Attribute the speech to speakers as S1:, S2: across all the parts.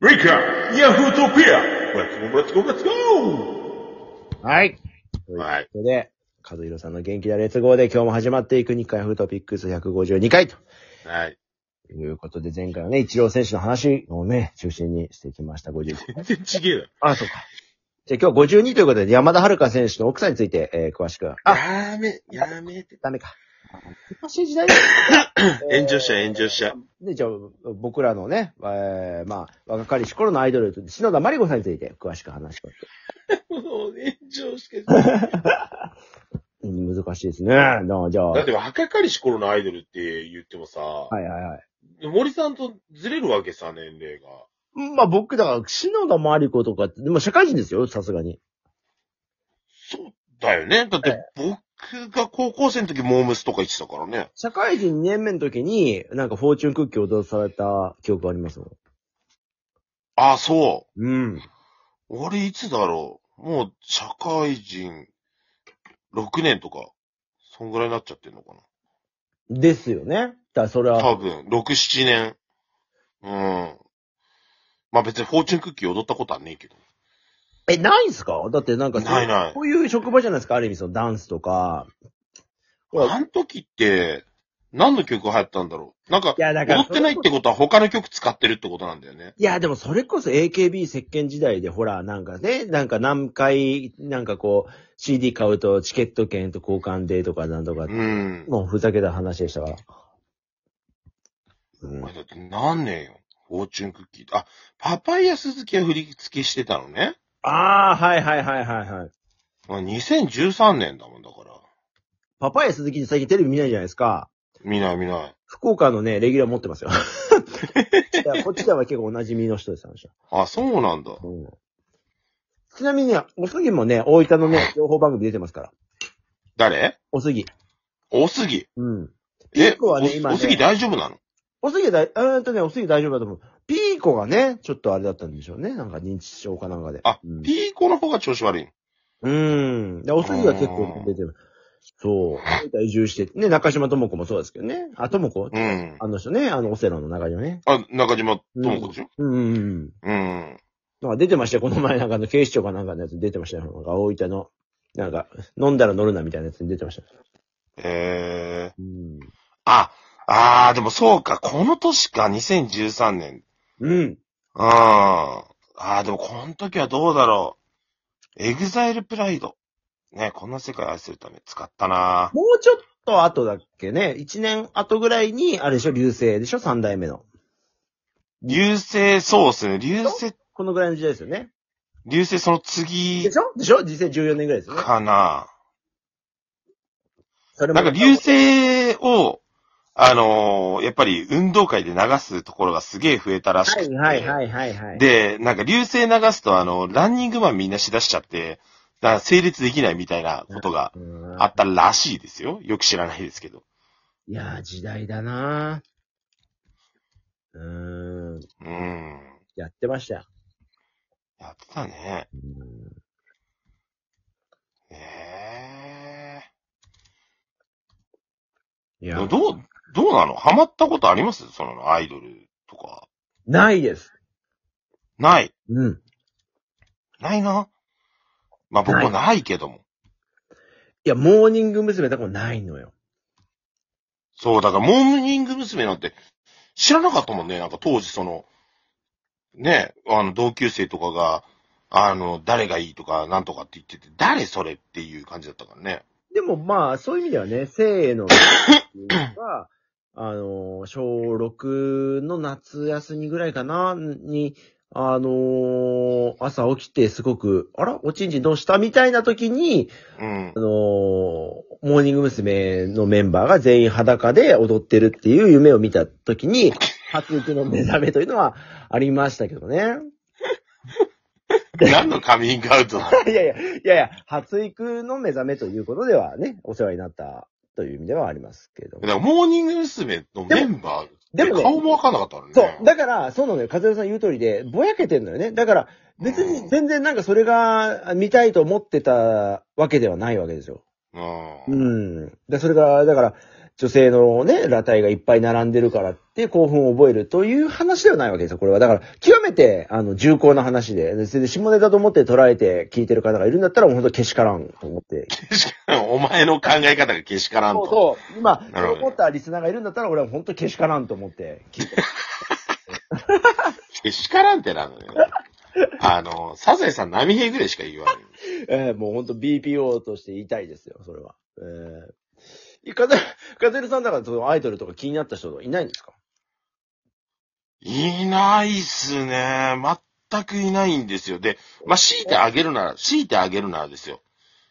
S1: Recap! Yahoo Topia! Let's go, let's go, let's go!
S2: はい。
S1: はい。
S2: それで、和弘さんの元気な列号で今日も始まっていく日韓フートピックス152回と
S1: はい。
S2: いうことで、前回はね、一郎選手の話をね、中心にしてきました、52。
S1: 全然ちげえだ。
S2: あ、そうか。じゃあ今日は52ということで、山田遥選手の奥さんについて、えー詳しく。あ、
S1: やめ、やめて。
S2: ダメか。難しい時代だよ
S1: 炎上しちゃう炎上しちゃう
S2: で、じゃあ、僕らのね、えー、まあ、若かりし頃のアイドル、篠田麻里子さんについて詳しく話して
S1: もう炎上 してだ
S2: うん難しいですね。なじゃあ、は
S1: っ
S2: い
S1: て若かりし頃のアイドルって言ってもさ、
S2: はいはい。
S1: 森さんとずれるわけさ、年齢が。
S2: まあ僕、だから、篠田麻里子とかって、でも社会人ですよ、さすがに。
S1: そうだよね。だって僕が高校生の時モームスとか言ってたからね。
S2: 社会人2年目の時に、なんかフォーチュンクッキーを踊らされた記憶がありますよ。
S1: ああ、そう。
S2: うん。
S1: 俺いつだろう。もう社会人6年とか、そんぐらいになっちゃってんのかな。
S2: ですよね。だからそれ
S1: 多
S2: は、
S1: 分、6、7年。うん。まあ別にフォーチュンクッキー踊ったことはねえけど。
S2: え、ないんすかだってなんか、
S1: ないない
S2: こういう職場じゃないですか、ある意味そのダンスとか。ほら
S1: あの時って、何の曲流行ったんだろう。なんか、
S2: いや、だから。
S1: 踊ってないってことは他の曲使ってるってことなんだよね。
S2: いや、でもそれこそ AKB 石鹸時代で、ほら、なんかね、なんか何回、なんかこう、CD 買うとチケット券と交換でとかなんとか、
S1: うん。
S2: もうふざけた話でしたから。うん
S1: 俺だって何年よ。フォーチュンクッキー。あ、パパイヤ鈴木は振り付けしてたのね。
S2: ああ、はいはいはいはいはい。
S1: まあ2013年だもんだから。
S2: パパイヤ鈴木って最近テレビ見ないじゃないですか。
S1: 見ない見ない。
S2: 福岡のね、レギュラー持って ますよ。いやこっちでは結構お馴染みの人です、あの人。
S1: あ、そうなんだ。
S2: うんちなみに、おすぎもね、大分のね、情報番組出てますから。
S1: 誰
S2: おすぎ。
S1: おすぎ。
S2: うん。ピ
S1: え
S2: ー、コはね、
S1: お
S2: 今ね
S1: おすぎ大丈夫なの
S2: おすぎだい、うーんとね、おすぎ大丈夫だと思う。ピーコがね、ちょっとあれだったんでしょうね。なんか認知症かなんかで。
S1: あ
S2: うん、
S1: ピーコの方が調子悪いの。
S2: うん。でおすぎは結構出てる。そう。大分移住して、ね、中島智子もそうですけどね。あ、智子
S1: うん。
S2: あの人ね、あの、オセロの中にはね。
S1: あ、中島智子でしょ、
S2: うんうんうん。
S1: うん、
S2: なんか出てましたよ。この前なんかの警視庁かなんかのやつに出てましたよ。なんか大分の、なんか、飲んだら乗るなみたいなやつに出てましたよ。
S1: ええ
S2: うん。
S1: あ、あー、でもそうか、この年か、2013年。
S2: うん。
S1: うん。あー、でもこの時はどうだろう。エグザイルプライド。ね、こんな世界を愛するため使ったな
S2: もうちょっと後だっけね。一年後ぐらいに、あれでしょ、流星でしょ、三代目の。
S1: 流星、そうっすね。流星、
S2: このぐらいの時代ですよね。
S1: 流星その次
S2: でしょでしょ実際14年ぐらいですよね。
S1: かな
S2: それ
S1: なんか流星を、あのーやっぱり運動会で流すところがすげえ増えたらしくて。
S2: はいはいはいはいはい。、
S1: で、なんか流星流すと、あの、ランニングマンみんなしだしちゃって、だから成立できないみたいなことが
S2: うん
S1: あったらしいですよ。よく知らないですけど。
S2: いやー、時代だなーうーん。
S1: うん。
S2: やってましたよ。
S1: やってたね。
S2: うん
S1: え
S2: い
S1: え
S2: や
S1: ー。どう、どうなのハマったことありますそのアイドルとか。
S2: ないです。
S1: ない。
S2: うん。
S1: ないな。まあ僕もないけども。
S2: いや、モーニング娘。とかもないのよ。
S1: そう、だからモーニング娘。なんて知らなかったもんね。なんか当時その、ね、あの同級生とかが、あの、誰がいいとか、なんとかって言ってて、誰それっていう感じだったからね。
S2: でもまあ、そういう意味ではね、生のっていうのが、 あの、小6の夏休みぐらいかな、に、あの朝起きてすごく、あらおちんちんどうしたみたいな時に、
S1: うん
S2: あ。のモーニング娘。のメンバーが全員裸で踊ってるっていう夢を見た時に、初夢の目覚めというのはありましたけどね。
S1: 何のカミングアウト だ
S2: いやいや、いやいや、発育の目覚めということではね、お世話になったという意味ではありますけれど
S1: だか
S2: も。
S1: らモーニング娘。のメンバー、
S2: でもね
S1: 顔もわかんなかったからね。
S2: そう。だから、そうなのよ。和代さん言う通りで、ぼやけてんのよね。だから、別に全然なんかそれが見たいと思ってたわけではないわけですよ。
S1: うん。
S2: うん。で、それが、だから、女性のね、裸体がいっぱい並んでるからって興奮を覚えるという話ではないわけですよ、これは。だから、極めて、あの、重厚な話で、でそれで下ネタと思って捉えて聞いてる方がいるんだったら、もう本当けしからんと思って。
S1: お前の考え方がけしからん
S2: そう
S1: と。
S2: そう。今、
S1: なる
S2: そ
S1: ほ
S2: う
S1: ど
S2: 思ったリスナーがいるんだったら、俺は本当けしからんと 思って聞いて。
S1: けしからんってなの よ。あの、サザエさん波平ぐらいしか言わない。
S2: ええもう本当 BPO として言いたいですよ、それは。ええかぜ、かぜるさんだから、そのアイドルとか気になった人とかいないんですか
S1: いないっすね。全くいないんですよ。で、まあ、強いてあげるなら、強いてあげるならですよ。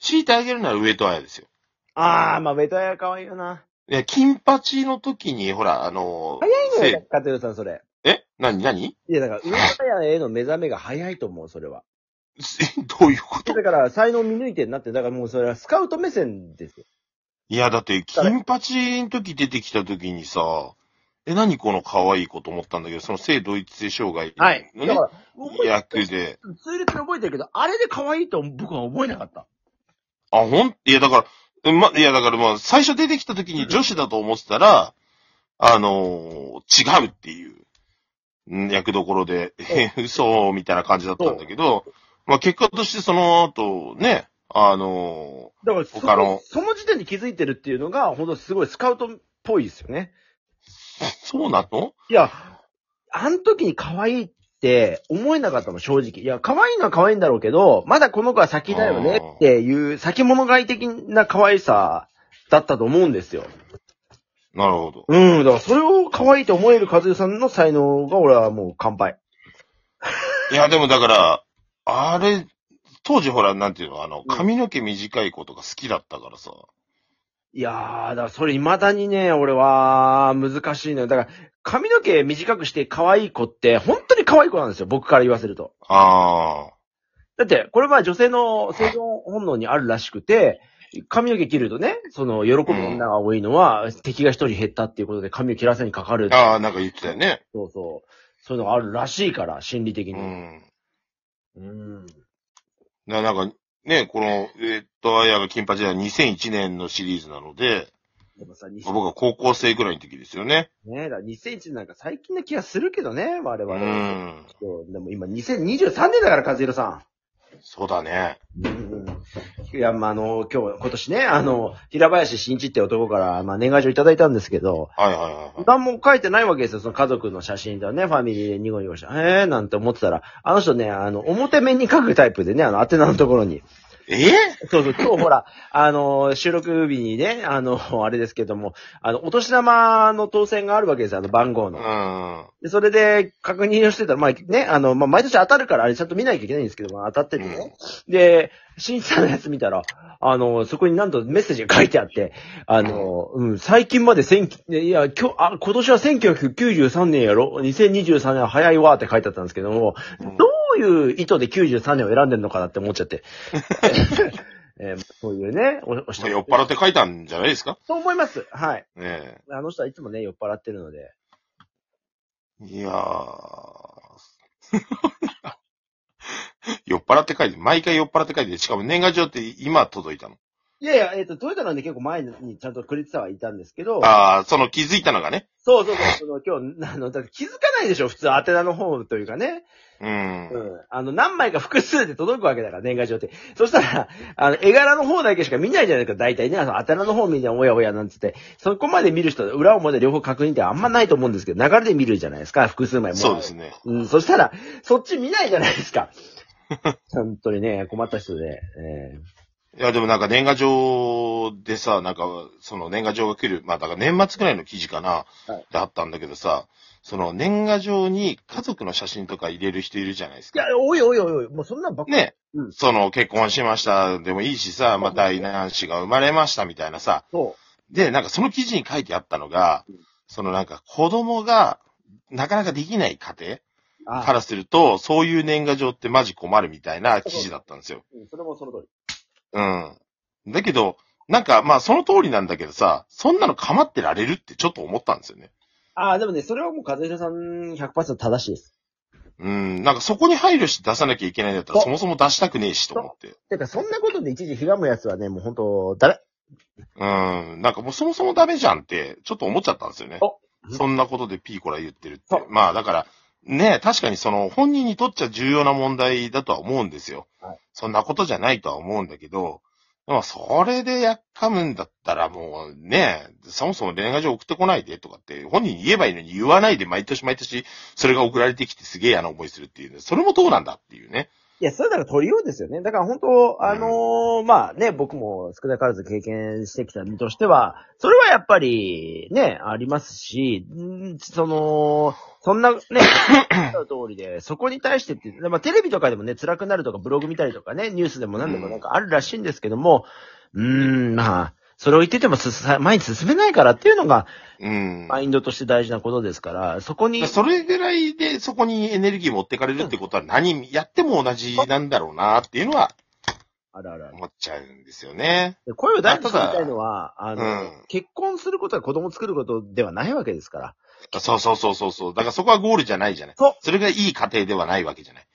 S1: 強いてあげるなら上戸彩ですよ。
S2: ああ、まあ、ベトヤ可愛いよな。
S1: いや、金八の時に、ほら、あの、
S2: 早いのよ
S1: せ、
S2: かぜるさん、それ。
S1: え何何
S2: いや、だから、上田屋への目覚めが早いと思う、それは。
S1: せどういうこと
S2: だから、才能見抜いてんなって、だからもうそれはスカウト目線ですよ。
S1: いや、だって、金八の時出てきた時にさ、え、何この可愛い子と思ったんだけど、その性同一性障害の
S2: だ
S1: ね、
S2: から、
S1: 役で。
S2: 数列で覚えてるけど、あれで可愛いと僕は覚えなかった。
S1: あ、ほんいや、だから、ま、いや、だからまあ、最初出てきた時に女子だと思ってたら、あのー違うっていう、ん役どころで、え、 嘘、みたいな感じだったんだけど、まあ、結果としてその後、ね、あの
S2: だからそ
S1: 他の
S2: その時点で気づいてるっていうのが、ほんとすごいスカウトっぽいですよね。
S1: ーそうなの
S2: いや、あの時に可愛いって思えなかったの、正直。いや、可愛いのは可愛いんだろうけど、まだこの子は先だよねっていう、先物買い的な可愛さだったと思うんですよ。
S1: なるほど。
S2: うん、だからそれを可愛いと思える和代さんの才能が俺はもう乾杯。
S1: いや、でもだから、あれ、当時ほら、なんていうの、あの、髪の毛短い子とか好きだったからさ。
S2: いやー、だからそれ未だにね、俺は難しいのよ。だから髪の毛短くして可愛い子って本当に可愛い子なんですよ、僕から言わせると。
S1: ああ。
S2: だって、これは女性の生存本能にあるらしくて、髪の毛切るとね、その、喜ぶ女が多いのは、敵が一人減ったっていうことで髪を切らせにかかる。
S1: ああ、なんか言ってたよね。
S2: そうそう。そういうのがあるらしいから、心理的
S1: う
S2: に。
S1: ん。
S2: うん。
S1: ななんか、ね、この、えーっと、あやが金八は2001年のシリーズなので、
S2: でもさ、
S1: まあ
S2: 2000
S1: 僕は高校生ぐらいの時ですよね。
S2: ね、だから2001なんか最近な気がするけどね、我
S1: う
S2: 々。
S1: ん。
S2: そうでも今2023年だから、和弘さん。
S1: そうだね。
S2: うんいや、まあ、あの、今日、今年ね、あの、平林真一って男から、まあ、年賀状いただいたんですけど、
S1: はいはいはい、はい。
S2: 何も書いてないわけですよ。その家族の写真だね、ファミリーでニコニコして、えーなんて思ってたら、あの人ね、あの、表面に書くタイプでね、あの、宛名のところに。
S1: え
S2: そうそう、今日ほら、あの、収録日にね、あの、あれですけども、あの、お年玉の当選があるわけですよ、あの、番号の。
S1: ー、
S2: で、それで確認をしてたら、まあね、あの、まあ毎年当たるから、あれちゃんと見なきゃいけないんですけど、まあ当たっててね。で、新さんのやつ見たら、あの、そこになんとメッセージが書いてあって、あの、うん、最近まで千、いや、今日、あ、今年は1993年やろ ?2023 年は早いわって書いてあったんですけども、
S1: うん。
S2: どういう意図で93年を選んでるのかなって思っちゃって。 えーそういうね、お、お
S1: まあ酔っ払
S2: っ
S1: って書いたんじゃないですか
S2: そう思います。はい。
S1: ね
S2: あの人はいつもね、酔っ払ってるので。
S1: え。いやー。 酔っ払って書いて、毎回酔っ払って書いて、しかも年賀状って今届いたの。
S2: いやいや、えっ、と、トヨタなんで結構前にちゃんとくれてたはいたんですけど、
S1: ああ、その気づいたのがね。
S2: そうそうそう、その今日、あの、だから気づかないでしょ、普通、宛名の方というかね。
S1: うん。
S2: うん。あの、何枚か複数で届くわけだから、年賀状って。そしたら、あの、絵柄の方だけしか見ないじゃないですか、大体ね、あの、宛名の方見て、おやおやなんつって、そこまで見る人、裏をまで両方確認ってあんまないと思うんですけど、流れで見るじゃないですか、複数枚も。
S1: そうです。ね。
S2: うん、そしたら、そっち見ないじゃないですか。本当にね、困った人で、え
S1: いや、でもなんか年賀状でさ、なんか、その年賀状が来る、まあだから年末ぐらいの記事かな、
S2: はい
S1: であったんだけどさ、その年賀状に家族の写真とか入れる人いるじゃないです
S2: ー
S1: か。
S2: いや、おいおいおいおい、もうそんなんばっかり。
S1: ね、
S2: うん
S1: その結婚しましたでもいいしさ、まあ第何子が生まれましたみたいなさ。
S2: そう。
S1: で、なんかその記事に書いてあったのが
S2: うん、
S1: そのなんか子供がなかなかできない家庭
S2: あ
S1: からすると、そういう年賀状ってマジ困るみたいな記事だったんですよ。
S2: うんそれもその通り。
S1: うん。だけど、なんか、まあ、その通りなんだけどさ、そんなの構ってられるってちょっと思ったんですよね。
S2: ああ、でもね、それはもう、和弘さん100%正しいです。
S1: うん。なんか、そこに配慮して出さなきゃいけないんだったら、
S2: そう
S1: そもそも出したくねえしと思って。
S2: てか、そんなことで一時ひがむやつはね、もう本当、ダメ。
S1: うん、なんかもうそもそもダメじゃんって、ちょっと思っちゃったんですよね
S2: お。
S1: そんなことでピーコラ言ってるっ
S2: そう
S1: て。まあだから、ね確かにその本人にとっちゃ重要な問題だとは思うんですよ。
S2: はい
S1: そんなことじゃないとは思うんだけど、でもそれでやっかむんだったらもうねそもそも恋愛状送ってこないでとかって本人に言えばいいのに言わないで毎年毎年それが送られてきてすげえ嫌な思いするっていうね。それもどうなんだっていうね。
S2: いや、それだから取りようですよね。だから本当、あのーまあね、僕も少なからず経験してきた身としては、それはやっぱり、ね、ありますし、んその、そんなね、おっしゃる通りで、そこに対してって、まあテレビとかでもね、辛くなるとか、ブログ見たりとかね、ニュースでも何でもなんかあるらしいんですけども、うーん、まあ、それを言っててもすさ前に進めないからっていうのが、
S1: うん。
S2: マインドとして大事なことですから、そこに、
S1: それぐらいでそこにエネルギー持ってかれるってことは何やっても同じなんだろうなっていうのは
S2: あるあるある
S1: 思っちゃうんですよね。
S2: で声を大に
S1: まあ
S2: 出
S1: ただ
S2: したいのは、あの、
S1: うん
S2: 結婚することは子供作ることではないわけですから。
S1: そうそうそうそうそう。だからそこはゴールじゃないじゃない。
S2: そう
S1: それがいい家庭ではないわけじゃない。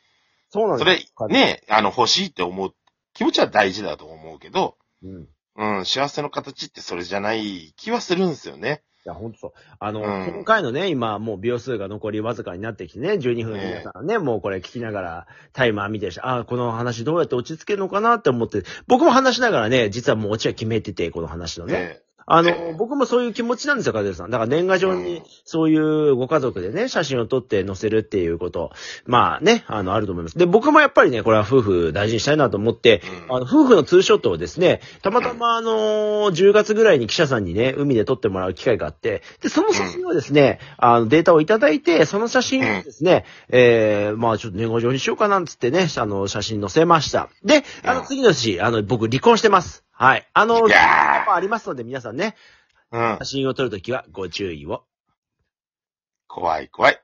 S2: そうなん
S1: そ
S2: で
S1: れ
S2: す。よ。
S1: ね、あの欲しいって思う気持ちは大事だと思うけど、
S2: うん。い
S1: うん、幸せの形ってそれじゃない気はするんですよね。
S2: や、ほんとそう。あの、
S1: うん
S2: 今回のね、今、もう秒数が残りわずかになってきてね、12分
S1: ね
S2: 皆さんね、もうこれ聞きながら、タイマー見てるし、ああ、この話どうやって落ち着けるのかなって思って、僕も話しながらね、実はもうオチは決めてて、この話のね。
S1: ね
S2: あ
S1: え
S2: の
S1: え、
S2: 僕もそういう気持ちなんですよ、カズレーザーさん。だから年賀状
S1: う
S2: に
S1: ん、
S2: そういうご家族でね、写真を撮って載せるっていうこと、まあね、あの、あると思います。で、僕もやっぱりね、これは夫婦大事にしたいなと思って、
S1: うん
S2: あの、夫婦のツーショットをですね、たまたまあの、10月ぐらいに記者さんにね、海で撮ってもらう機会があって、で、その写真をですね、あの、データをいただいて、その写真をですね、えー、まあちょっと年賀状にしようかなんつってね、あの、写真載せました。で、あの、
S1: うん
S2: 次の日、あの、僕離婚してます。はい。あの、
S1: いや
S2: ありますので、皆さんね、
S1: ーうん
S2: 写。真を撮るときはご注意を。
S1: 怖い怖い。